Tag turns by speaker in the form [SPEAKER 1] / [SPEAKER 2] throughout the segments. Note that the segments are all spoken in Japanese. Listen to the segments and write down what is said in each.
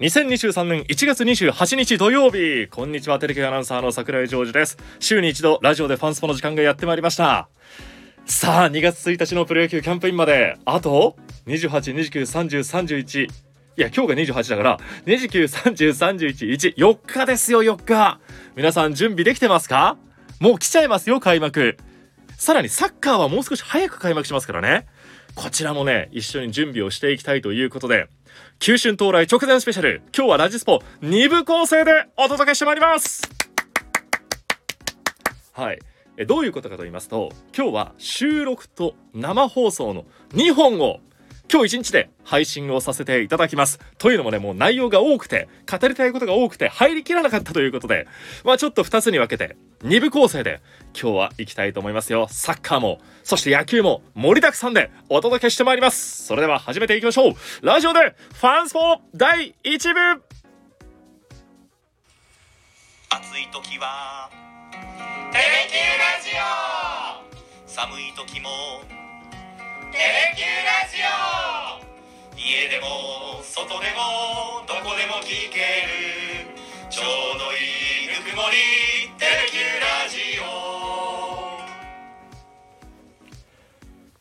[SPEAKER 1] 2023年1月28日土曜日こんにちはテレビアナウンサーの桜井ジョージです週に一度ラジオでファンスポの時間がやってまいりましたさあ2月1日のプロ野球キャンプインまであと28293031いや今日が28だから29303114日ですよ4日皆さん準備できてますかもう来ちゃいますよ開幕さらにサッカーはもう少し早く開幕しますからねこちらもね一緒に準備をしていきたいということで九春到来直前スペシャル今日はラジスポ2部構成でお届けしてまいりますはいえどういうことかと言いますと今日は収録と生放送の2本を今日1日で配信をさせていただきますというのもねもう内容が多くて語りたいことが多くて入りきらなかったということでまあちょっと2つに分けて2部構成で今日は行きたいと思いますよサッカーもそして野球も盛りだくさんでお届けしてまいりますそれでは始めていきましょうラジオでファンスポ第1部
[SPEAKER 2] 暑い時は
[SPEAKER 3] テレキューラジオ
[SPEAKER 2] 寒い時も
[SPEAKER 3] テレキューラジオ
[SPEAKER 2] 家でも外でもどこでも聞けるちょうどいいぬくもりテレキューラジオ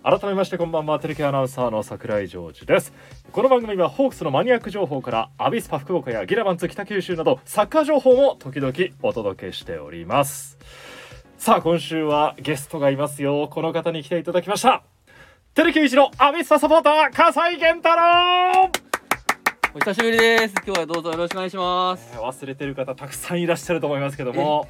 [SPEAKER 1] 改めましてこんばんはテレビアナウンサーの桜井ジョージですこの番組はホークスのマニアック情報からアビスパ福岡やギラバンツ北九州などサッカー情報も時々お届けしておりますさあ今週はゲストがいますよこの方に来ていただきましたテレキュー一のアビスパサポーター笠井健太郎
[SPEAKER 4] お久しぶりです。今日はどうぞよろしくお願いします。
[SPEAKER 1] えー忘れてる方たくさんいらっしゃると思いますけども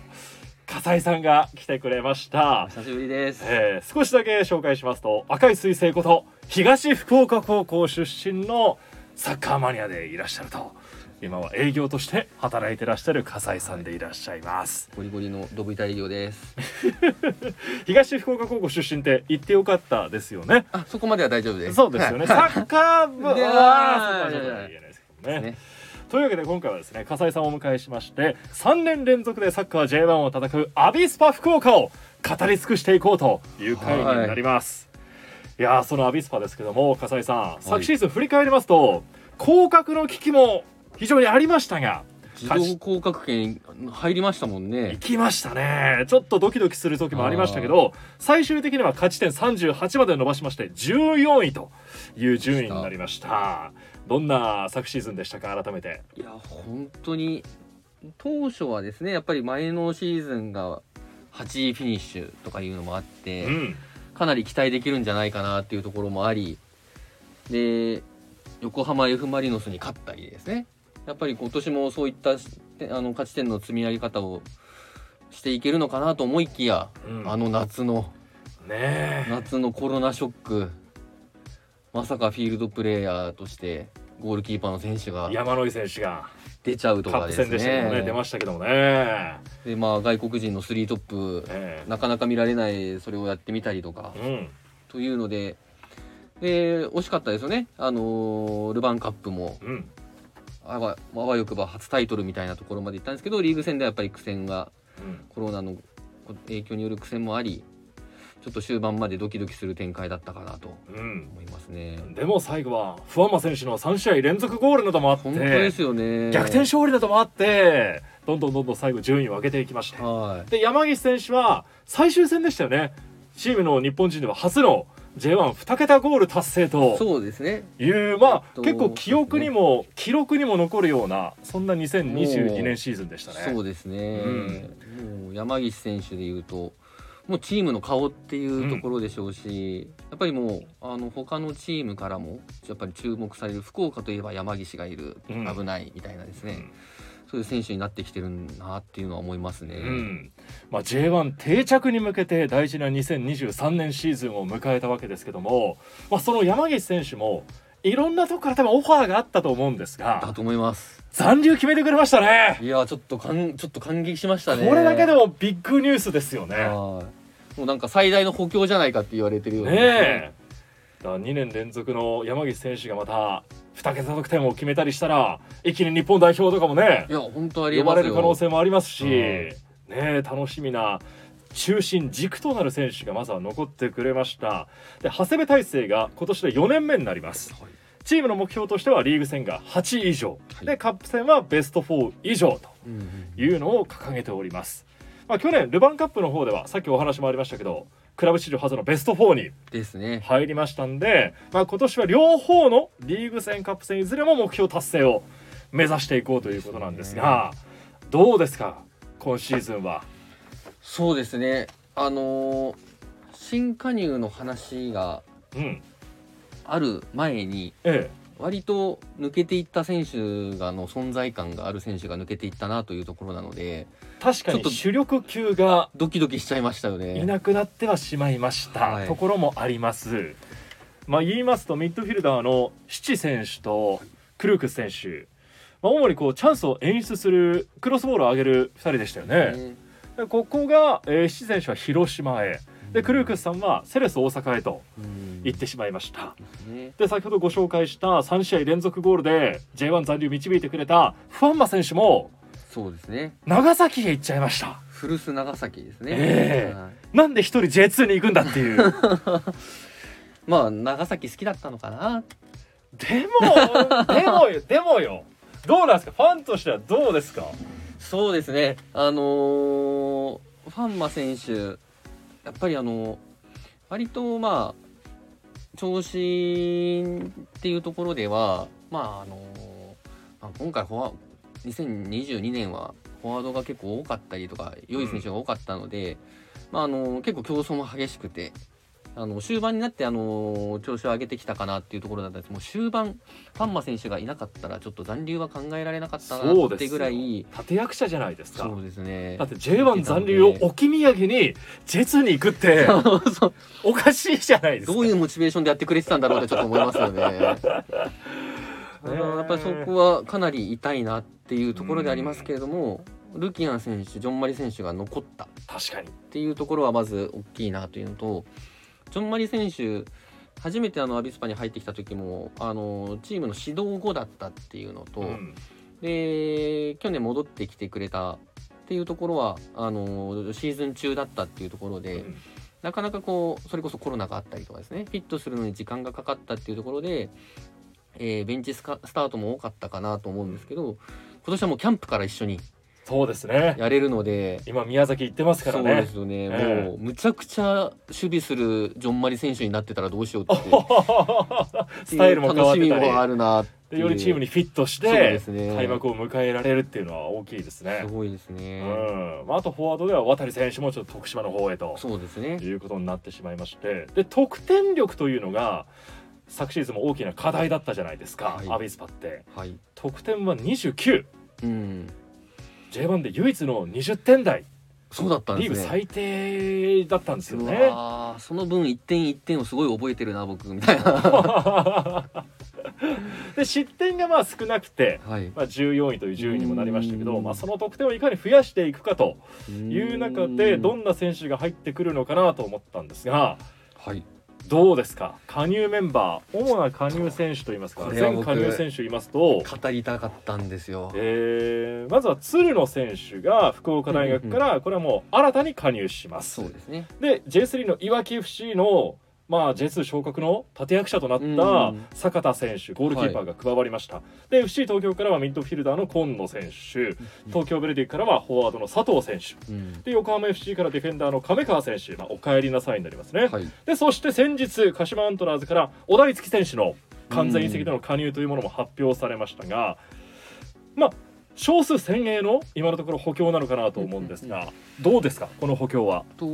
[SPEAKER 1] 笠井さんが来てくれました
[SPEAKER 4] お久しぶりです。
[SPEAKER 1] えー少しだけ紹介しますと赤い彗星こと東福岡高校出身のサッカーマニアでいらっしゃると今は営業として働いてらっしゃる笠井さんでいらっしゃいます
[SPEAKER 4] ゴリゴリのドブイタ営業です。
[SPEAKER 1] 東福岡高校出身って言ってよかったですよね
[SPEAKER 4] あ、そこまでは大丈夫です。
[SPEAKER 1] そうですよねサッカー部
[SPEAKER 4] で
[SPEAKER 1] はそうじゃ言えないですけどね
[SPEAKER 4] ね。
[SPEAKER 1] というわけで今回はですね笠井さんをお迎えしまして3年連続でサッカー J1 を叩くアビスパ福岡を語り尽くしていこうという回になります、い、やーそのアビスパですけども笠井さん昨シーズン振り返りますと降格の危機も非常にありましたが
[SPEAKER 4] 自動降格圏入りましたも
[SPEAKER 1] 行
[SPEAKER 4] んね。
[SPEAKER 1] きましたねちょっとドキドキする時もありましたけど最終的には勝ち点38まで伸ばしまして14位という順位になりましたどんな昨シーズンでしたか改めて
[SPEAKER 4] いや、本当に当初はですね、やっぱり前のシーズンが8位フィニッシュとかいうのもあっ
[SPEAKER 1] う
[SPEAKER 4] て、
[SPEAKER 1] ん
[SPEAKER 4] かなり期待できるんじゃないかなっていうところもあり、で、横浜 F ・マリノスに勝ったりですね。やっぱり今年もそういったてあの勝ち点の積み上げ方をしていけるのかなと思いきや、
[SPEAKER 1] うん
[SPEAKER 4] あの夏の
[SPEAKER 1] ねえ
[SPEAKER 4] 夏のコロナショックまさかフィールドプレーヤーとしてゴールキーパーの選手が
[SPEAKER 1] 山野井選手が
[SPEAKER 4] 出ちゃうと
[SPEAKER 1] カ
[SPEAKER 4] か
[SPEAKER 1] ップ戦
[SPEAKER 4] ですね
[SPEAKER 1] でしたけどね出ましたけどもね。
[SPEAKER 4] でまあ外国人のスリートップ
[SPEAKER 1] え
[SPEAKER 4] なかなか見られないそれをやってみたりとか
[SPEAKER 1] えうん
[SPEAKER 4] というのでで惜しかったですよねあのールヴァンカップも
[SPEAKER 1] うん
[SPEAKER 4] あわあわよくば初タイトルみたいなところまで行ったんですけどリーグ戦ではやっぱり苦戦が
[SPEAKER 1] うん
[SPEAKER 4] コロナの影響による苦戦もありちょっと終盤までドキドキする展開だったかなと
[SPEAKER 1] うん
[SPEAKER 4] 思いますね。
[SPEAKER 1] でも最後はフアンマ選手の3試合連続ゴールなどもあっ
[SPEAKER 4] 本当で
[SPEAKER 1] て
[SPEAKER 4] すよね。
[SPEAKER 1] 逆転勝利などもあってどんどんどんどん最後順位を上げていきました
[SPEAKER 4] は
[SPEAKER 1] で山岸選手は最終戦でしたよねチームの日本人では初の J12 桁ゴール達成
[SPEAKER 4] い。
[SPEAKER 1] と
[SPEAKER 4] そうですね。
[SPEAKER 1] いうま
[SPEAKER 4] えっ
[SPEAKER 1] あ
[SPEAKER 4] と
[SPEAKER 1] 結構記憶にも記録にも残るようなそんな2022
[SPEAKER 4] も
[SPEAKER 1] 年
[SPEAKER 4] う
[SPEAKER 1] シーズンでしたね。
[SPEAKER 4] そうですね。もう山岸選手で言うと、もうチームの顔っていうところでしょうし、やっぱりもうあの他のチームからもやっぱり注目される福岡といえば山岸がいる、
[SPEAKER 1] うん
[SPEAKER 4] 危ないみたいなですね、
[SPEAKER 1] うん
[SPEAKER 4] そういう選手になってきてるなっていうのは思いますね。
[SPEAKER 1] うんまあ、J1 定着に向けて大事な2023年シーズンを迎えたわけですけども、まあ、その山岸選手もいろんなとこから多分オファーがあったと思うんです
[SPEAKER 4] だ
[SPEAKER 1] が
[SPEAKER 4] と思います。
[SPEAKER 1] 残留決めてくれましたね
[SPEAKER 4] いやちょっとかんちょっと感激しました
[SPEAKER 1] こ
[SPEAKER 4] ね。
[SPEAKER 1] れだけでもビッグニュースですよね。
[SPEAKER 4] はい。もうなんか最大の補強じゃないかって言われてるようなですね
[SPEAKER 1] ねえだから2年連続の山岸選手がまた2桁得点を決めたりしたら一気に日本代表とかもね
[SPEAKER 4] いや本当ありえ
[SPEAKER 1] 呼
[SPEAKER 4] ま
[SPEAKER 1] ば
[SPEAKER 4] すよ。
[SPEAKER 1] れる可能性もありますし、
[SPEAKER 4] うん
[SPEAKER 1] ねえ楽しみな中心軸となる選手がまずは残ってくれましたで長谷部大成が今年で4年目になります
[SPEAKER 4] はい。
[SPEAKER 1] チームの目標としてはリーグ戦が8以上、
[SPEAKER 4] はい
[SPEAKER 1] でカップ戦はベスト4以上というのを掲げております、まあ、去年ルヴァンカップの方ではさっきお話もありましたけどクラブ史上初のベスト4に
[SPEAKER 4] ですね。
[SPEAKER 1] 入りましたんで、まあ、今年は両方のリーグ戦カップ戦いずれも目標達成を目指していこうということなんですがどうですか今シーズンは。
[SPEAKER 4] そうですね。あのー新加入の話が
[SPEAKER 1] うん
[SPEAKER 4] ある前に
[SPEAKER 1] え
[SPEAKER 4] 割と抜けていった選手がの存在感がある選手が抜けていったなというところなので
[SPEAKER 1] え、確か
[SPEAKER 4] ちょっ
[SPEAKER 1] に
[SPEAKER 4] と
[SPEAKER 1] 主力級が
[SPEAKER 4] ドキドキしちゃいましたよね。
[SPEAKER 1] いなくなってはしまいました、
[SPEAKER 4] はい
[SPEAKER 1] ところもあります。まあ、言いますとミッドフィルダーの七選手とクルークス選手、まあ、主にこうチャンスを演出するクロスボールを上げる2人でしたよね。
[SPEAKER 4] ね
[SPEAKER 1] でここが、えー、七選手は広島へでクルークスさんはセレス大阪へと
[SPEAKER 4] うん
[SPEAKER 1] 行ってしまいました。
[SPEAKER 4] ね
[SPEAKER 1] で先ほどご紹介した3試合連続ゴールで J1 残留導いてくれたファンマ選手も
[SPEAKER 4] そうですね。
[SPEAKER 1] 長崎へ行っちゃいました。
[SPEAKER 4] 古巣長崎ですね。
[SPEAKER 1] ええ
[SPEAKER 4] はい
[SPEAKER 1] なんで一人 J2 に行くんだっていう。
[SPEAKER 4] まあ長崎好きだったのかな。
[SPEAKER 1] でも、でもよ、でもよ。どうなんですかファンとしてはどうですか
[SPEAKER 4] そうですね。あのーファンマ選手やっぱりあの割とまあ調子っていうところではまああのーまあ今回フォア2022年はフォワードが結構多かったりとか良い選手が多かったので、まああのー結構競争も激しくて。あの終盤になってあのー調子を上げてきたかなっていうところだったんですもう終盤ファンマ選手がいなかったらちょっと残留は考えられなかったなってぐらい
[SPEAKER 1] 立役者じゃないですか
[SPEAKER 4] そうですね。
[SPEAKER 1] だって J1 残留を置き土産に J2 に行くって
[SPEAKER 4] そうそう
[SPEAKER 1] おかしいじゃないですか
[SPEAKER 4] どういうモチベーションでやってくれてたんだろうってちょっと思いますよね。 あのやっぱりそこはかなり痛いなっていうところでありますけれども、ルキアン選手、ジョンマリ選手が残ったっ
[SPEAKER 1] 確かに
[SPEAKER 4] ていうところはまず大きいなというのと、ジョンマリ選手、初めてあのアビスパに入ってきた時もあのチームの指導後だったっていうのと、
[SPEAKER 1] うん
[SPEAKER 4] で去年戻ってきてくれたっていうところはあのシーズン中だったっていうところで、
[SPEAKER 1] うん
[SPEAKER 4] なかなかこうそれこそコロナがあったりとかですねフィットするのに時間がかかったっていうところで、えーベンチスカスタートも多かったかなと思うんですけど今年はもうキャンプから一緒に
[SPEAKER 1] そうですね
[SPEAKER 4] やれるので。
[SPEAKER 1] 今宮崎行ってますか
[SPEAKER 4] そ
[SPEAKER 1] ら
[SPEAKER 4] うで
[SPEAKER 1] ね
[SPEAKER 4] すよね、
[SPEAKER 1] ええ
[SPEAKER 4] もうむちゃくちゃ守備するジョンマリ選手になってたらどうしようっていう
[SPEAKER 1] スタイルも変わっ
[SPEAKER 4] 楽
[SPEAKER 1] て
[SPEAKER 4] しみも
[SPEAKER 1] た
[SPEAKER 4] あ
[SPEAKER 1] り
[SPEAKER 4] るなって
[SPEAKER 1] で
[SPEAKER 4] い
[SPEAKER 1] よ
[SPEAKER 4] う
[SPEAKER 1] りチームにフィットし
[SPEAKER 4] そうで
[SPEAKER 1] て
[SPEAKER 4] すね
[SPEAKER 1] 開幕を迎えられるっていうのは大きいですね
[SPEAKER 4] すごいです
[SPEAKER 1] う
[SPEAKER 4] ね、
[SPEAKER 1] んまああとフォワードでは渡選手もちょっと徳島の方へと
[SPEAKER 4] そうですね
[SPEAKER 1] いうことになってしまいましてで得点力というのが昨シーズンも大きな課題だったじゃないですか、
[SPEAKER 4] はい
[SPEAKER 1] アビスパって
[SPEAKER 4] はい
[SPEAKER 1] 得点は 29J1
[SPEAKER 4] うん
[SPEAKER 1] で唯一の20点台、
[SPEAKER 4] そうだったん
[SPEAKER 1] リー
[SPEAKER 4] です
[SPEAKER 1] グ
[SPEAKER 4] ね
[SPEAKER 1] 最低だったんですよ
[SPEAKER 4] う
[SPEAKER 1] ね。
[SPEAKER 4] わーその分一点一点をすごい覚えてるな僕みたいな
[SPEAKER 1] で失点がまあ少なくて、
[SPEAKER 4] はい
[SPEAKER 1] まあ、14位という順位にもなりましたけど、
[SPEAKER 4] うん
[SPEAKER 1] まあ、その得点をいかに増やしていくかと いう中でど
[SPEAKER 4] ん
[SPEAKER 1] んな選手が入ってくるのかなと思ったんですが。
[SPEAKER 4] はい
[SPEAKER 1] どうですか加入メンバー主な加入選手といいますか
[SPEAKER 4] これは
[SPEAKER 1] 全
[SPEAKER 4] 僕
[SPEAKER 1] 加入選手言いますと、
[SPEAKER 4] 語りたかったんですよ
[SPEAKER 1] えーまずは鶴野選手が福岡大学からこれはもう新たに加入します、
[SPEAKER 4] そうですね
[SPEAKER 1] で J3 のいわき FC のまあ J2 昇格の立役者となっ
[SPEAKER 4] うん
[SPEAKER 1] た坂田選手ゴールキーパーが加わりました、で FC 東京からはミッドフィルダーの今野選手東京ベルディからはフォワードの佐藤選手
[SPEAKER 4] うん
[SPEAKER 1] で横浜 FC からディフェンダーの亀川選手、まあ、お帰りなさいになりますね、
[SPEAKER 4] はい
[SPEAKER 1] でそして先日鹿島アントラーズから小田樹選手の完全移籍での加入というものも発表されましたが、まあ少数先鋭の今のところ補強なのかなと思うんですが、どうですかこの補強は。
[SPEAKER 4] と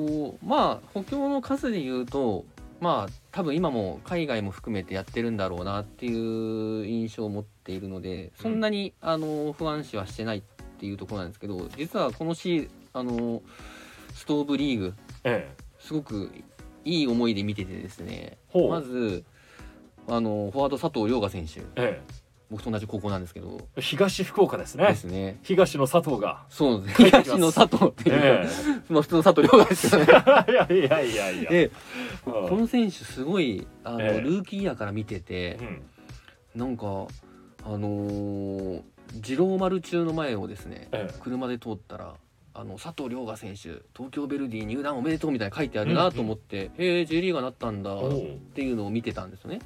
[SPEAKER 4] まあ補強の数で言うとまあ多分今も海外も含めてやってるんだろうなっていう印象を持っているのでそんなに、あの不安視はしてないっていうところなんですけど実はこのシーあのストーブリーグ
[SPEAKER 1] ええ、
[SPEAKER 4] すごくいい思いで見ててですね
[SPEAKER 1] ほう
[SPEAKER 4] まずあのフォワード佐藤涼河選手
[SPEAKER 1] え
[SPEAKER 4] 僕と同じ高校なんですけど
[SPEAKER 1] え、東福岡ですね
[SPEAKER 4] ですね
[SPEAKER 1] 東の佐藤 が。
[SPEAKER 4] そうです
[SPEAKER 1] 帰
[SPEAKER 4] ね
[SPEAKER 1] ってきます
[SPEAKER 4] 東の佐藤っていう、
[SPEAKER 1] え
[SPEAKER 4] まあ普通の佐藤涼河ですよね
[SPEAKER 1] え、いやいやいやいや。
[SPEAKER 4] で
[SPEAKER 1] う
[SPEAKER 4] こ
[SPEAKER 1] ん
[SPEAKER 4] の選手すごいあの、
[SPEAKER 1] ええ
[SPEAKER 4] ルーキーイヤーから見てて
[SPEAKER 1] うん
[SPEAKER 4] なんかあのー二郎丸中の前をですね
[SPEAKER 1] え
[SPEAKER 4] 車で通ったらあの佐藤涼河選手東京ベルディ入団おめでとうみたいな書いてあるなと思って、へえ J リーガーなったんだ
[SPEAKER 1] えおう
[SPEAKER 4] っていうのを見てたんですよね。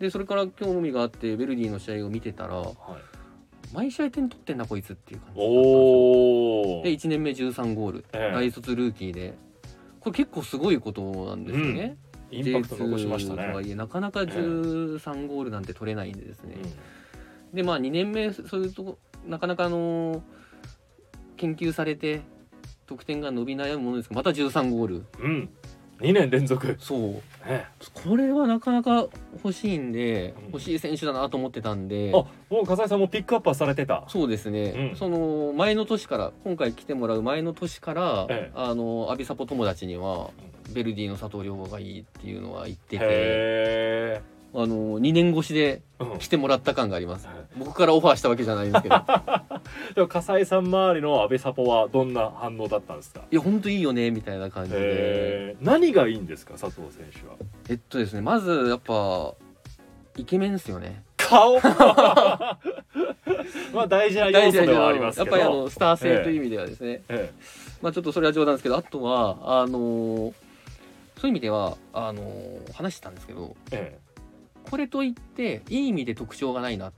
[SPEAKER 4] でそれから興味があってベルディの試合を見てたら
[SPEAKER 1] はい、
[SPEAKER 4] 毎試合点取ってんなこいつっていう感じだったんですよ
[SPEAKER 1] おお
[SPEAKER 4] で1年目13ゴール、
[SPEAKER 1] ええ
[SPEAKER 4] 大卒ルーキーでこれ結構すごいことなんですよね、
[SPEAKER 1] インパクト残しました
[SPEAKER 4] J2 とは
[SPEAKER 1] ね。
[SPEAKER 4] いえなかなか13ゴールなんて取れないんでですね、でまあ2年目そういうとこなかなかあのー研究されて得点が伸び悩むものですがまた13ゴール
[SPEAKER 1] うん、うん、2年連続、
[SPEAKER 4] そう
[SPEAKER 1] え
[SPEAKER 4] これはなかなか欲しいんで
[SPEAKER 1] うん
[SPEAKER 4] 欲しい選手だなと思ってたん
[SPEAKER 1] え、
[SPEAKER 4] で
[SPEAKER 1] あもう笠井さんもピックアップはされてた。
[SPEAKER 4] そうですね、
[SPEAKER 1] うん
[SPEAKER 4] その前の年から今回来てもらう前の年から、
[SPEAKER 1] ええ
[SPEAKER 4] あのアビサポ友達にはベルディの佐藤亮がいいっていうのは言ってて
[SPEAKER 1] へえ、
[SPEAKER 4] あの2年越しで
[SPEAKER 1] うん
[SPEAKER 4] 来、てもらった感があります僕からオファーしたわけじゃない んですけど
[SPEAKER 1] でも笠井さん周りの安倍サポはどんな反応だったんですか。
[SPEAKER 4] いやほんといいよねみたいな感じで
[SPEAKER 1] へえ、何がいいんですか佐藤選手は。
[SPEAKER 4] えっとですねまずやっぱイケメンですよね
[SPEAKER 1] 顔。まあ大事な要素ではありますけど。
[SPEAKER 4] やっぱりあのスター性という意味ではですね、
[SPEAKER 1] え
[SPEAKER 4] まあちょっとそれは冗談ですけどあとはあのーそういう意味ではあのー話してたんですけど
[SPEAKER 1] え、え
[SPEAKER 4] これといっていい意味で特徴がないな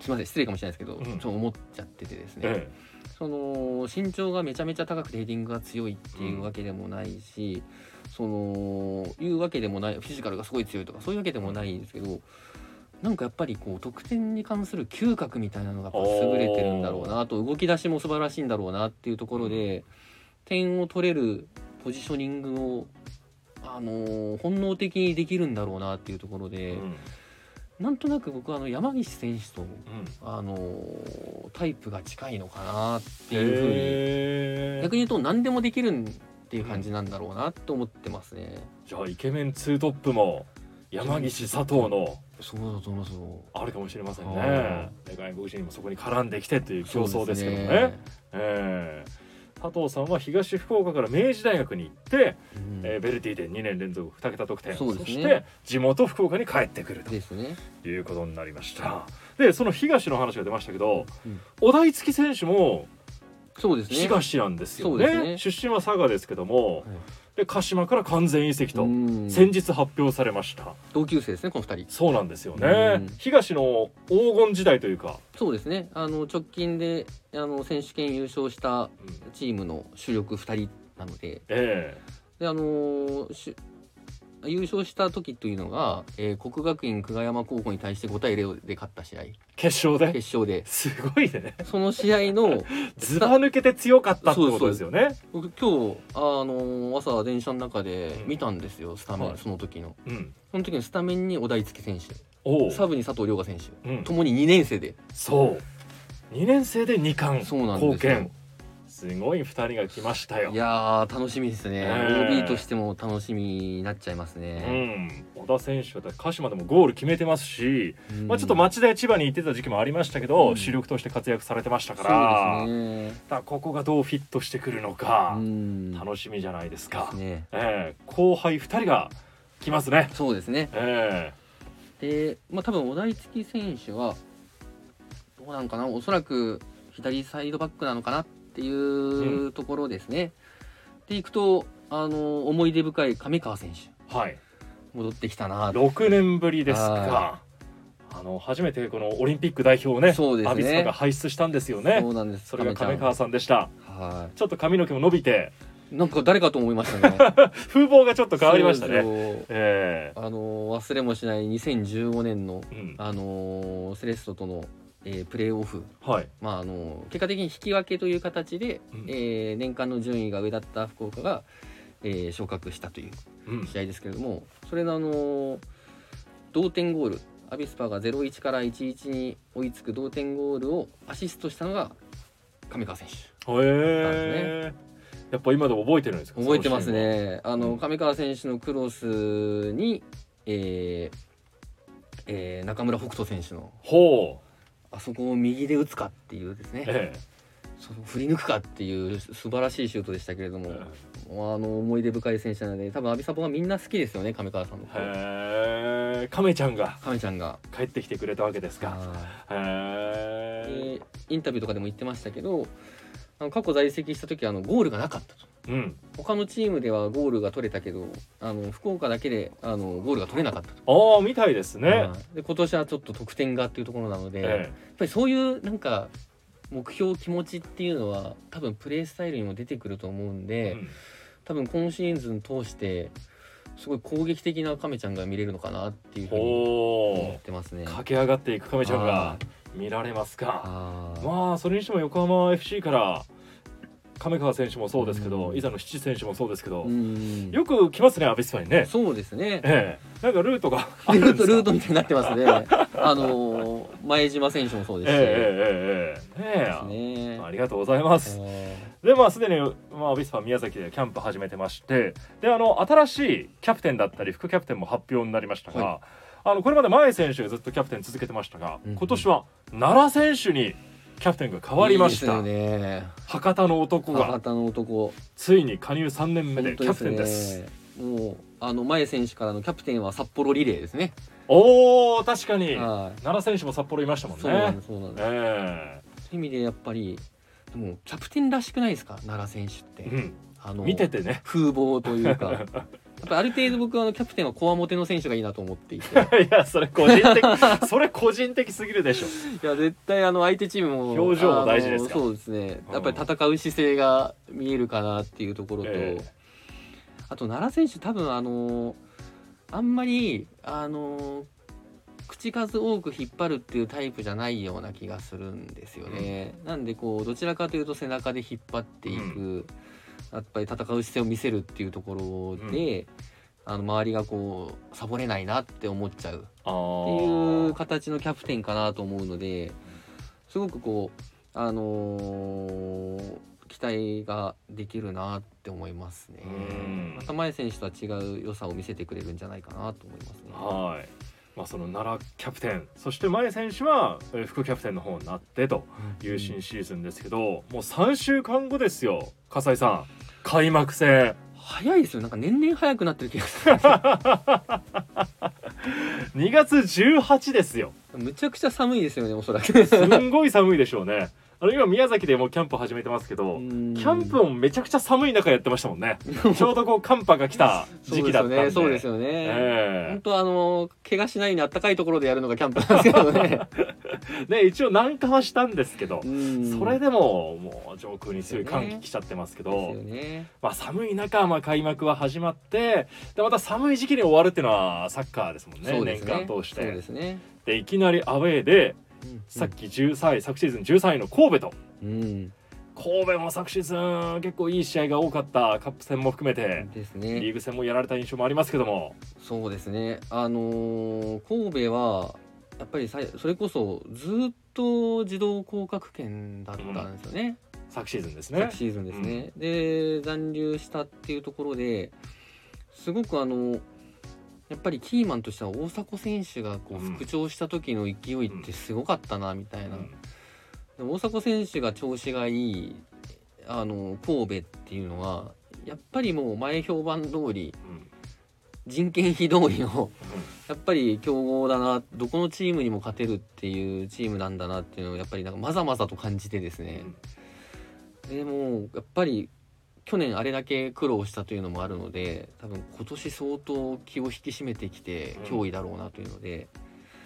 [SPEAKER 4] すみません失礼かもしれないですけど、
[SPEAKER 1] うん
[SPEAKER 4] ちょっと思っちゃっててです
[SPEAKER 1] え、
[SPEAKER 4] ね、
[SPEAKER 1] え
[SPEAKER 4] その身長がめちゃめちゃ高くてヘディングが強いっていうわけでもないし、そのいうわけでもないフィジカルがすごい強いとかそういうわけでもないんですけどなんかやっぱりこう得点に関する嗅覚みたいなのがやっぱ優れてるんだろうなあと動き出しも素晴らしいんだろうなっていうところで点を取れるポジショニングを、あのー本能的にできるんだろうなっていうところ
[SPEAKER 1] え。
[SPEAKER 4] で、
[SPEAKER 1] うん
[SPEAKER 4] なんとなく僕はあの山岸選手と
[SPEAKER 1] うん。
[SPEAKER 4] あのータイプが近いのかなっていうふうに
[SPEAKER 1] へえ
[SPEAKER 4] 逆。に言うと何でもできるっていう感じなんだろうなと思ってますね。
[SPEAKER 1] じゃあイケメンツートップも山岸佐藤の
[SPEAKER 4] そうだと思いますよ。
[SPEAKER 1] あるかもしれませんね
[SPEAKER 4] は。
[SPEAKER 1] で外国人もそこに絡んできてという競
[SPEAKER 4] そ
[SPEAKER 1] 争
[SPEAKER 4] う
[SPEAKER 1] ですけどね。ええ佐藤さんは東福岡から明治大学に行って、
[SPEAKER 4] うん
[SPEAKER 1] えーベルティで2年連続2桁得点
[SPEAKER 4] そうです
[SPEAKER 1] し
[SPEAKER 4] ね
[SPEAKER 1] て地元福岡に帰ってくる
[SPEAKER 4] ですね。
[SPEAKER 1] ということになりましたでその東の話が出ましたけど、
[SPEAKER 4] うん
[SPEAKER 1] 小田井月選手も
[SPEAKER 4] そうですね。
[SPEAKER 1] 東なんですよ
[SPEAKER 4] そう
[SPEAKER 1] ね
[SPEAKER 4] ですね
[SPEAKER 1] 出身は佐賀ですけども、
[SPEAKER 4] はい
[SPEAKER 1] で鹿島から完全移籍と、
[SPEAKER 4] うん
[SPEAKER 1] 先日発表されました
[SPEAKER 4] 同級生ですねこの二人。
[SPEAKER 1] そうなんですよね、
[SPEAKER 4] うん
[SPEAKER 1] 東の黄金時代というか、
[SPEAKER 4] そうですね。あの直近であの選手権優勝し
[SPEAKER 1] う
[SPEAKER 4] た
[SPEAKER 1] ん
[SPEAKER 4] チームの主力二人なので、
[SPEAKER 1] え
[SPEAKER 4] であのーし優勝した時というのが、えー国学院久我山高校に対して5対0で勝った試合
[SPEAKER 1] え決勝で
[SPEAKER 4] 決勝です
[SPEAKER 1] ごいね
[SPEAKER 4] その試合の
[SPEAKER 1] ずば抜けて強かったってことですよね
[SPEAKER 4] 僕今日あの朝電車の中で見たんですよ、スタメン、
[SPEAKER 1] はい
[SPEAKER 4] その時の
[SPEAKER 1] うん
[SPEAKER 4] その時のスタメンに小田井月選手
[SPEAKER 1] おう
[SPEAKER 4] サブに佐藤涼河選手
[SPEAKER 1] うん
[SPEAKER 4] ともに2年生で
[SPEAKER 1] そう2年生で2冠
[SPEAKER 4] そうなんですよ
[SPEAKER 1] 貢献すごい2人が来ましたよ
[SPEAKER 4] いやー楽しみですね、
[SPEAKER 1] ねえ
[SPEAKER 4] OB としても楽しみになっちゃいますね、
[SPEAKER 1] うん、小田選手だったら鹿島でもゴール決めてますし、
[SPEAKER 4] うん
[SPEAKER 1] まあ、ちょっと町田や千葉に行ってた時期もありましたけど、
[SPEAKER 4] うん
[SPEAKER 1] 主力として活躍されてました
[SPEAKER 4] そ
[SPEAKER 1] か
[SPEAKER 4] う
[SPEAKER 1] ら,、
[SPEAKER 4] ですね
[SPEAKER 1] だからここがどうフィットしてくるのか、
[SPEAKER 4] うん
[SPEAKER 1] 楽しみじゃないです
[SPEAKER 4] で
[SPEAKER 1] か
[SPEAKER 4] す、ね
[SPEAKER 1] ええ後輩2人が来ますね、
[SPEAKER 4] そうですね
[SPEAKER 1] え
[SPEAKER 4] でまあ多分小田井月選手はどうなんかなおそらく左サイドバックなのかなっていうところですね、でいくとあの思い出深い上川選手
[SPEAKER 1] えはい
[SPEAKER 4] 戻ってきたな
[SPEAKER 1] 6年ぶりですか
[SPEAKER 4] は
[SPEAKER 1] あの初めてこのオリンピック代表をね
[SPEAKER 4] そうですね
[SPEAKER 1] アビスパが輩出したんですよね
[SPEAKER 4] そうなんです
[SPEAKER 1] それが亀
[SPEAKER 4] 亀ちゃん
[SPEAKER 1] 川さんでした
[SPEAKER 4] は
[SPEAKER 1] ちょっと髪の毛も伸びて
[SPEAKER 4] いなんか誰かと思いましたね
[SPEAKER 1] 風貌がちょっと 変わりました
[SPEAKER 4] そう
[SPEAKER 1] ね
[SPEAKER 4] ですよ
[SPEAKER 1] ええ
[SPEAKER 4] あの忘れもしない2015年の
[SPEAKER 1] うん
[SPEAKER 4] あのセレッソとの、えープレーオフ
[SPEAKER 1] はい
[SPEAKER 4] まああの結果的に引き分けという形で、
[SPEAKER 1] うん
[SPEAKER 4] えー年間の順位が上だった福岡が、えー昇格したという
[SPEAKER 1] うん
[SPEAKER 4] 試合ですけれどもそれの、あの同点ゴールアビスパが0-1から1-1に追いつく同点ゴールをアシストしたのが上川選手。
[SPEAKER 1] へえやっぱ今でも覚えてるんですか
[SPEAKER 4] 覚えてます
[SPEAKER 1] そのシ
[SPEAKER 4] ね。あ
[SPEAKER 1] うん
[SPEAKER 4] の上川選手のクロスに、えーえー中村北斗選手の
[SPEAKER 1] ーンはほう
[SPEAKER 4] あそこを右で打つかっていうですね。
[SPEAKER 1] え
[SPEAKER 4] その振り抜くかっていう素晴らしいシュートでしたけれども、
[SPEAKER 1] え
[SPEAKER 4] もうあの思い出深い選手なので、多分阿ビサポがみんな好きですよね。上川さんのこと。
[SPEAKER 1] へえ亀ちゃんが
[SPEAKER 4] 亀ちゃんが。
[SPEAKER 1] 帰ってきてくれたわけですか
[SPEAKER 4] は
[SPEAKER 1] へ
[SPEAKER 4] い
[SPEAKER 1] え
[SPEAKER 4] でインタビューとかでも言ってましたけど、あの過去在籍した時あのゴールがなかったと。
[SPEAKER 1] うん
[SPEAKER 4] 他のチームではゴールが取れたけどあの福岡だけであのゴールが取れなかったと、
[SPEAKER 1] ああみたいですね、
[SPEAKER 4] はいで今年はちょっと得点がっていうところなので、やっ
[SPEAKER 1] え
[SPEAKER 4] ぱりそういうなんか目標気持ちっていうのは多分プレースタイルにも出てくると思うん
[SPEAKER 1] え
[SPEAKER 4] で、
[SPEAKER 1] うん
[SPEAKER 4] 多分今シーズン通してすごい攻撃的な亀ちゃんが見れるのかなっていうふうに思
[SPEAKER 1] お
[SPEAKER 4] ってますね
[SPEAKER 1] お。駆け上がっていく亀ちゃんが
[SPEAKER 4] あ
[SPEAKER 1] 見られますか
[SPEAKER 4] あー
[SPEAKER 1] まあそれにしても横浜 FC から亀川選手もそうですけど、
[SPEAKER 4] うん
[SPEAKER 1] 伊佐野七選手もそうですけど、
[SPEAKER 4] うん
[SPEAKER 1] よく来ますねアビスパにね、
[SPEAKER 4] そうですね。
[SPEAKER 1] ええ、なんかルートがあ
[SPEAKER 4] ル
[SPEAKER 1] るんです
[SPEAKER 4] ート
[SPEAKER 1] か
[SPEAKER 4] ルートみたいになってますね。あのー前島選手もそうですし、
[SPEAKER 1] ええええええええ
[SPEAKER 4] ね。
[SPEAKER 1] ありがとうございます。
[SPEAKER 4] あ
[SPEAKER 1] でまあすでに、まあ、アビスパ宮崎でキャンプ始めてましてであの新しいキャプテンだったり副キャプテンも発表になりましたが、
[SPEAKER 4] は
[SPEAKER 1] あのこれまで前選手がずっとキャプテン続けてましたが、
[SPEAKER 4] うんうん
[SPEAKER 1] 今年は奈良選手にキャプテンが変わ
[SPEAKER 4] ー
[SPEAKER 1] りました
[SPEAKER 4] いいですよね。
[SPEAKER 1] 博多の男
[SPEAKER 4] 博
[SPEAKER 1] が
[SPEAKER 4] 多の男。
[SPEAKER 1] ついに加入3年目で
[SPEAKER 4] 本
[SPEAKER 1] キ
[SPEAKER 4] 当
[SPEAKER 1] ャプテンです
[SPEAKER 4] ね。もうあの前選手からのキャプテンは札幌リレーですね。
[SPEAKER 1] おー確かに
[SPEAKER 4] はい。
[SPEAKER 1] 奈良選手も札幌いましたもんね
[SPEAKER 4] そうなんですそうなんです。
[SPEAKER 1] え
[SPEAKER 4] そういう意味でやっぱりでもキャプテンらしくないですか奈良選手って、
[SPEAKER 1] えうん
[SPEAKER 4] あの
[SPEAKER 1] 見ててね
[SPEAKER 4] 風貌という かやっぱりある程度僕はあのキャプテンはこわもての選手がいいなと思っていてい
[SPEAKER 1] いやそれ個人的それ個人的すぎるでしょ
[SPEAKER 4] や絶対あの相手チームも
[SPEAKER 1] 表情も大事ですか
[SPEAKER 4] あのそうですね
[SPEAKER 1] うん
[SPEAKER 4] やっぱり戦う姿勢が見えるかなっていうところと、
[SPEAKER 1] ええ
[SPEAKER 4] あと奈良選手多分あのあんまりあの口数多く引っ張るっていうタイプじゃないような気がするんですよね。なんでこうどちらかというと背中で引っ張っていく、やっぱり戦う姿勢を見せるっていうところで、あの周りがこうサボれないなって思っちゃう
[SPEAKER 1] あ
[SPEAKER 4] っていう
[SPEAKER 1] ー
[SPEAKER 4] 形のキャプテンかなと思うのですごくこうあのー期待ができるなって思いますね
[SPEAKER 1] うん。
[SPEAKER 4] また前選手とは違う良さを見せてくれるんじゃないかなと思いますね。
[SPEAKER 1] はいまあ、その奈良キャプテンそして前選手はえー副キャプテンの方になってという新シーズンですけど、もう3週間後ですよ笠井さん開幕戦
[SPEAKER 4] 早いですよなんか年々早くなってる気がする
[SPEAKER 1] 2月18ですよ
[SPEAKER 4] むちゃくちゃ寒いですよねおそらくキャ
[SPEAKER 1] すんごい寒いでしょうね あの今宮崎でもうキャンプ始めてますけど、キャンプもめちゃくちゃ寒い中やってましたもんねちょうどこう寒波が来 た時期だったんで
[SPEAKER 4] そうですよねそうですよね、
[SPEAKER 1] え
[SPEAKER 4] 本当あの怪我しないように暖かいところでやるのがキャンプなんですけどね
[SPEAKER 1] えで一応南下はしたんですけど、
[SPEAKER 4] そ
[SPEAKER 1] それでももう上空に強い寒気来ちゃってますけど
[SPEAKER 4] ですよね
[SPEAKER 1] まあ、寒い中、まあ、開幕は始まってでまた寒い時期に終わるっていうのはサッカーですもんね
[SPEAKER 4] そうですね
[SPEAKER 1] 年間通し
[SPEAKER 4] そう
[SPEAKER 1] て
[SPEAKER 4] ですね
[SPEAKER 1] でいきなりアウェーで
[SPEAKER 4] うん
[SPEAKER 1] さっき13位、昨シーズン13位の神戸と
[SPEAKER 4] うん
[SPEAKER 1] 神戸も昨シーズン結構いい試合が多かったカップ戦も含めて
[SPEAKER 4] です
[SPEAKER 1] リ
[SPEAKER 4] ね
[SPEAKER 1] ーグ戦もやられた印象もありますけども
[SPEAKER 4] そうですねあのー神戸はやっぱりさいそれこそずっと自動降格圏だったんですよね、
[SPEAKER 1] 昨シーズンですね
[SPEAKER 4] 昨。シーズンですね、で残留したっていうところですごくあのやっぱりキーマンとしては大迫選手がこう
[SPEAKER 1] うん
[SPEAKER 4] 復調した時の勢いってすごかったなみた
[SPEAKER 1] う
[SPEAKER 4] いな、
[SPEAKER 1] ん
[SPEAKER 4] でも大迫選手が調子がいいあの神戸っていうのはやっぱりもう前評判通り
[SPEAKER 1] うん
[SPEAKER 4] 人件費通りのやっぱり強豪だなどこのチームにも勝てるっていうチームなんだなっていうのをやっぱりなんかまざまざと感じてですね、でもやっぱり去年あれだけ苦労したというのもあるので多分今年相当気を引き締めてきて
[SPEAKER 1] うん
[SPEAKER 4] 脅威だろうなというので、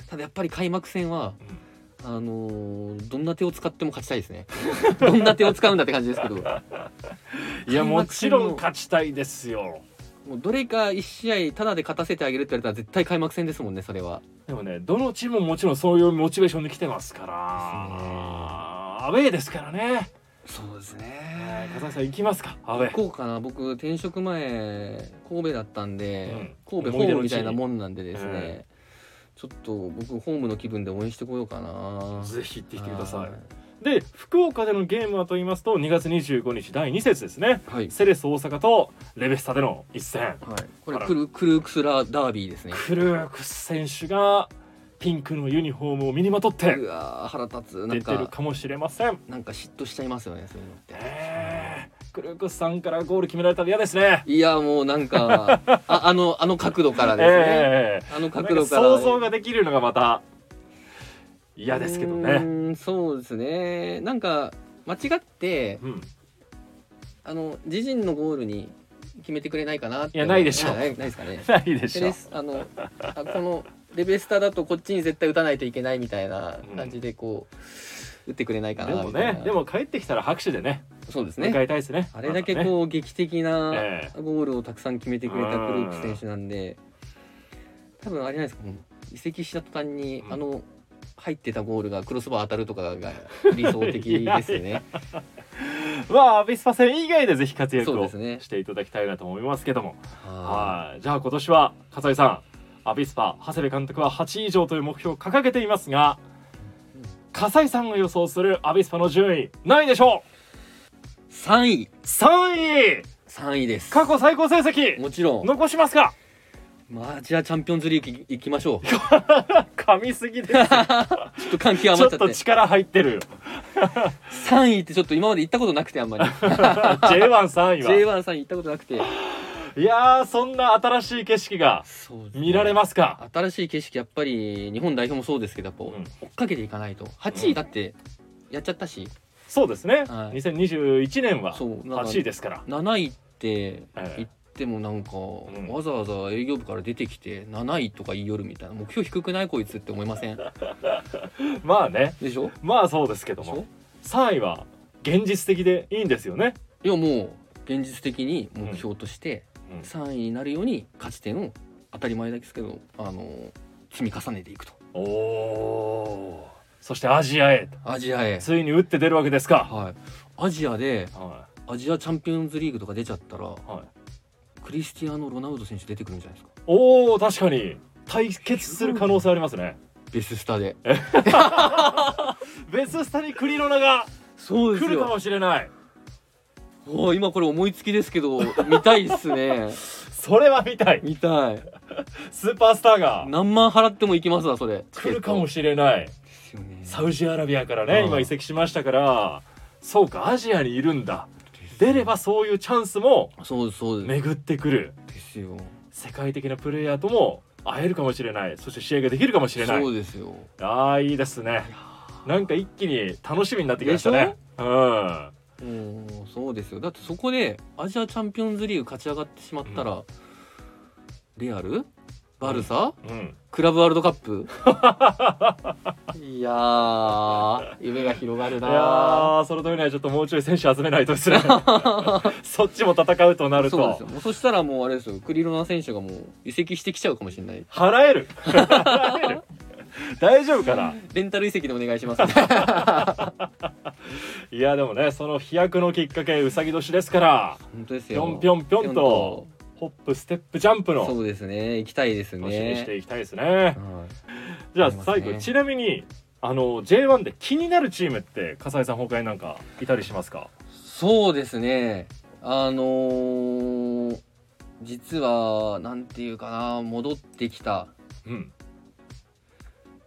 [SPEAKER 4] ただやっぱり開幕戦はあのーどんな手を使っても勝ちたいですね どんな手を使うんだって感じですけども
[SPEAKER 1] うんいや
[SPEAKER 4] 開
[SPEAKER 1] も
[SPEAKER 4] 幕
[SPEAKER 1] ち
[SPEAKER 4] 戦も
[SPEAKER 1] ろん勝ちたいですよ。
[SPEAKER 4] うどれか1試合タダで勝たせてあげるって言われたら絶対開幕戦ですもんねそれは
[SPEAKER 1] でもねどのチームももちろんそういうモチベーションで来てますから
[SPEAKER 4] ですね
[SPEAKER 1] アウェーですからね
[SPEAKER 4] そうです
[SPEAKER 1] はい
[SPEAKER 4] ね
[SPEAKER 1] 笠井さん行きますかアウェー
[SPEAKER 4] こうかな僕転職前神戸だったんで、
[SPEAKER 1] うん
[SPEAKER 4] 神戸ホ
[SPEAKER 1] 思い出
[SPEAKER 4] ー
[SPEAKER 1] の
[SPEAKER 4] ム
[SPEAKER 1] 地
[SPEAKER 4] みたいなもんなんでですね、
[SPEAKER 1] え
[SPEAKER 4] ちょっと僕ホームの気分で応援してこようかな
[SPEAKER 1] ぜひ行ってきてくだ
[SPEAKER 4] は
[SPEAKER 1] さいで福岡でのゲームはと言いますと2月25日第2節ですね
[SPEAKER 4] はい、
[SPEAKER 1] セレス大阪とレベスタでの一戦
[SPEAKER 4] はい、これ
[SPEAKER 1] あら
[SPEAKER 4] クルクルークスラーダービー ですね
[SPEAKER 1] クルークス選手がピンクのユニフォームを身にまとって
[SPEAKER 4] うわー腹立つな
[SPEAKER 1] 出
[SPEAKER 4] ん
[SPEAKER 1] てる
[SPEAKER 4] か
[SPEAKER 1] かもしれません
[SPEAKER 4] なんか嫉妬しちゃいますよねそういうのって
[SPEAKER 1] えークルークスさんからゴール決められたら嫌ですね
[SPEAKER 4] いやもうなん かああのあの角度からですね、
[SPEAKER 1] え
[SPEAKER 4] あの
[SPEAKER 1] ー、なん
[SPEAKER 4] 角
[SPEAKER 1] か
[SPEAKER 4] 度から
[SPEAKER 1] 想像ができるのがまた嫌ですけど
[SPEAKER 4] う
[SPEAKER 1] ね
[SPEAKER 4] ーんそうですねなんか間違って
[SPEAKER 1] うん
[SPEAKER 4] あの自陣のゴールに決めてくれないかなって
[SPEAKER 1] いやないでしょう
[SPEAKER 4] ないないですかね
[SPEAKER 1] ないでし
[SPEAKER 4] で
[SPEAKER 1] ょ
[SPEAKER 4] すあのあこのレベスタだとこっちに絶対打たないといけないみたいな感じでこう、打ってくれないか
[SPEAKER 1] で
[SPEAKER 4] な
[SPEAKER 1] も
[SPEAKER 4] みたい
[SPEAKER 1] ね
[SPEAKER 4] な
[SPEAKER 1] でも帰ってきたら拍手でね
[SPEAKER 4] そうです
[SPEAKER 1] 迎
[SPEAKER 4] ね
[SPEAKER 1] えたいですね
[SPEAKER 4] あれだけ
[SPEAKER 1] またね
[SPEAKER 4] こう劇的な
[SPEAKER 1] え
[SPEAKER 4] ゴールをたくさん決めてくれたクループ選手なんで多分あれじゃないですかもう移籍した途端に
[SPEAKER 1] うん
[SPEAKER 4] あの入ってたゴールがクロスバー当たるとかが理想的です よね。
[SPEAKER 1] まあアビスパ戦以外でぜひ活躍
[SPEAKER 4] そう
[SPEAKER 1] を
[SPEAKER 4] ですね
[SPEAKER 1] していただきたいなと思いますけども
[SPEAKER 4] は
[SPEAKER 1] はいじゃあ今年は笠井さんアビスパ長谷部監督は8位以上という目標を掲げていますが笠井さんが予想するアビスパの順位ないでしょう
[SPEAKER 4] い3位
[SPEAKER 1] 3位
[SPEAKER 4] 3位です
[SPEAKER 1] 過去最高成績
[SPEAKER 4] もちろん
[SPEAKER 1] 残しますか
[SPEAKER 4] アジアチャンピオンズリーグ行きましょうちょ
[SPEAKER 1] 噛みすぎ ですち
[SPEAKER 4] っと関係
[SPEAKER 1] ょ
[SPEAKER 4] 余
[SPEAKER 1] っ
[SPEAKER 4] っちゃって
[SPEAKER 1] と力入ってるよ
[SPEAKER 4] 3位ってちょっと今まで行ったことなくてあん まり
[SPEAKER 1] J13 位は
[SPEAKER 4] J13 行ったことなくて
[SPEAKER 1] いやーそんな新しい景色が
[SPEAKER 4] そうですね
[SPEAKER 1] 見られますか、
[SPEAKER 4] 新しい景色やっぱり日本代表もそうですけどやっぱ
[SPEAKER 1] うん
[SPEAKER 4] 追っかけていかないと8
[SPEAKER 1] うん
[SPEAKER 4] 位だってやっちゃったし
[SPEAKER 1] そうですね、
[SPEAKER 4] はい
[SPEAKER 1] 2021年は
[SPEAKER 4] そうなんか
[SPEAKER 1] 8位ですから
[SPEAKER 4] 7位って言
[SPEAKER 1] え
[SPEAKER 4] ってもなんか
[SPEAKER 1] ん
[SPEAKER 4] わざわざ営業部から出てきて7位とか言いよるみたいな目標低くないこいつって思い ません
[SPEAKER 1] まあね
[SPEAKER 4] でしょ
[SPEAKER 1] まあそうですけど
[SPEAKER 4] でしょ
[SPEAKER 1] も3位は現実的でいいんですよね、
[SPEAKER 4] いやもう現実的に目標として
[SPEAKER 1] うん
[SPEAKER 4] 3位になるように勝ち点を当たり前ですけどあの積み重ねていくと
[SPEAKER 1] おおーそしてアジアへ
[SPEAKER 4] アジアへ
[SPEAKER 1] ついに打って出るわけですか、
[SPEAKER 4] はいアジアで
[SPEAKER 1] は
[SPEAKER 4] アジアチャンピオンズリーグとか出ちゃったら
[SPEAKER 1] いはい、
[SPEAKER 4] クリスティアーノ・ロナウド選手出てくるんじゃないですか
[SPEAKER 1] おお確かに対決する可能性ありますね
[SPEAKER 4] ベススタで
[SPEAKER 1] ベススタにクリロナが
[SPEAKER 4] そう
[SPEAKER 1] 来るかもしれない
[SPEAKER 4] おー今これ思いつきですけど見たいっすね
[SPEAKER 1] それは見たい
[SPEAKER 4] 見たい
[SPEAKER 1] スーパースターが
[SPEAKER 4] 何万払っても行きますわそれ
[SPEAKER 1] 来るかも
[SPEAKER 4] し
[SPEAKER 1] しれない
[SPEAKER 4] れない
[SPEAKER 1] サウジアラビアから
[SPEAKER 4] は
[SPEAKER 1] ね
[SPEAKER 4] い
[SPEAKER 1] 今移籍しましたからそうかアジアにいるんだ出ればそういうチャンスも
[SPEAKER 4] そうですそうで
[SPEAKER 1] 巡ってくる
[SPEAKER 4] すですよ
[SPEAKER 1] 世界的なプレイヤーとも会えるかもしれないそして試合ができるかもしれな
[SPEAKER 4] そう
[SPEAKER 1] い
[SPEAKER 4] ですよ
[SPEAKER 1] あーいいですねなんか一気に楽しみになってきましたねうん
[SPEAKER 4] もうそうですよだってそこでアジアチャンピオンズリーグ勝ち上がってしまったら、レアルバルサ、
[SPEAKER 1] うん
[SPEAKER 4] クラブワールドカッ プいやー夢が広がる
[SPEAKER 1] い
[SPEAKER 4] な
[SPEAKER 1] やーそのためにはちょっともうちょい選手集めないと ですねそっちも戦うとなる
[SPEAKER 4] そうです
[SPEAKER 1] と
[SPEAKER 4] よもうそしたらもうあれですよクリロナ選手がもう移籍してきちゃうかもしれない
[SPEAKER 1] 払える払える大丈夫かな
[SPEAKER 4] レンタル移籍でお願い します、
[SPEAKER 1] いやでもねその飛躍のきっかけうさぎ年ですから
[SPEAKER 4] 本当です
[SPEAKER 1] ぴ
[SPEAKER 4] よ
[SPEAKER 1] ょんぴょんぴょんとホップステップジャンプ
[SPEAKER 4] そ
[SPEAKER 1] の
[SPEAKER 4] うですね行きたいです
[SPEAKER 1] 楽しみにして
[SPEAKER 4] ね
[SPEAKER 1] いきたいですね
[SPEAKER 4] は
[SPEAKER 1] じゃあ
[SPEAKER 4] 思います
[SPEAKER 1] 最
[SPEAKER 4] ね
[SPEAKER 1] 後、ちなみにあの J1 で気になるチームって笠井さん他になんかいたりしますか
[SPEAKER 4] いそうですねあのー実はなんていうかな戻ってきた
[SPEAKER 1] うん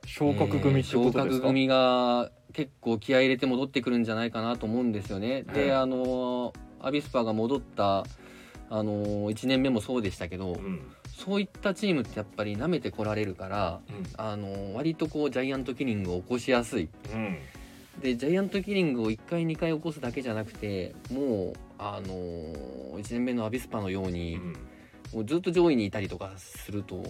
[SPEAKER 1] 昇格組ってことで
[SPEAKER 4] 昇
[SPEAKER 1] す
[SPEAKER 4] 格
[SPEAKER 1] か、
[SPEAKER 4] 組が結構気合い入れて戻ってくるんじゃないかなと思うんですよね。
[SPEAKER 1] ええ
[SPEAKER 4] であのーアビスパが戻ったあの1年目もそうでしたけ
[SPEAKER 1] う
[SPEAKER 4] ど
[SPEAKER 1] ん
[SPEAKER 4] そういったチームってやっぱり舐めてこられるからあのー割とこうジャイアントキリングを起こしやすい
[SPEAKER 1] うんうん
[SPEAKER 4] でジャイアントキリングを1回2回起こすだけじゃなくてもうあの1年目のアビスパのよう
[SPEAKER 1] う
[SPEAKER 4] に、
[SPEAKER 1] ん
[SPEAKER 4] もうずっと上位にいたりとかすると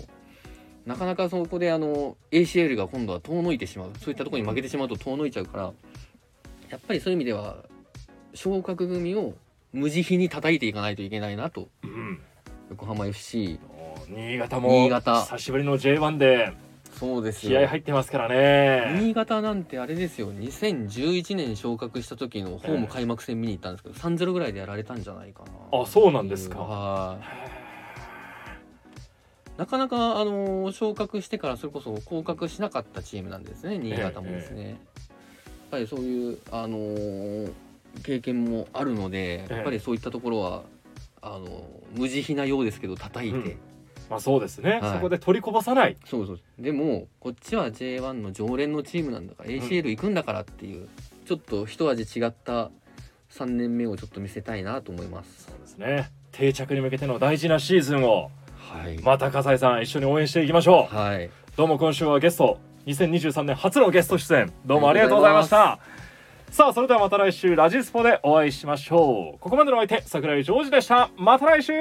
[SPEAKER 4] なかなかそこであの ACL が今度は遠のいてしまうそういったところに負けてしまうと遠のいちゃうからやっぱりそういう意味では昇格組を無慈悲に叩いていかないといけないなと
[SPEAKER 1] うん
[SPEAKER 4] 横浜 FC
[SPEAKER 1] お新潟も
[SPEAKER 4] 新潟
[SPEAKER 1] 久しぶりの J1 で
[SPEAKER 4] そうです
[SPEAKER 1] 気合入ってますからね
[SPEAKER 4] 新潟なんてあれですよ2011年昇格した時のホーム開幕戦見に行ったんですけど3-0ぐらいでやられたんじゃないかな
[SPEAKER 1] あそうなんですか
[SPEAKER 4] はいなかなかあの昇格してからそれこそ降格しなかったチームなんですね新潟もですね、やっぱりそういうあの経験もあるので
[SPEAKER 1] ええ
[SPEAKER 4] やっぱりそういったところはあの無慈悲なようですけど叩いて、
[SPEAKER 1] うんまあそうですね、
[SPEAKER 4] はい
[SPEAKER 1] そこで取りこぼさない
[SPEAKER 4] そうそうでもこっちは J1 の常連のチームなんだから ACL 行くんだからっていう、ちょっと一味違った3年目をちょっと見せたいなと思います
[SPEAKER 1] そうですね定着に向けての大事なシーズンを
[SPEAKER 4] はい、
[SPEAKER 1] また笠井さん一緒に応援していきましょう
[SPEAKER 4] はい
[SPEAKER 1] どうも今週はゲスト2023年初のゲスト出演どうもありがとうございましたさあそれではまた来週ラジスポでお会いしましょうここまでのお相手桜井ジョージでしたまた来週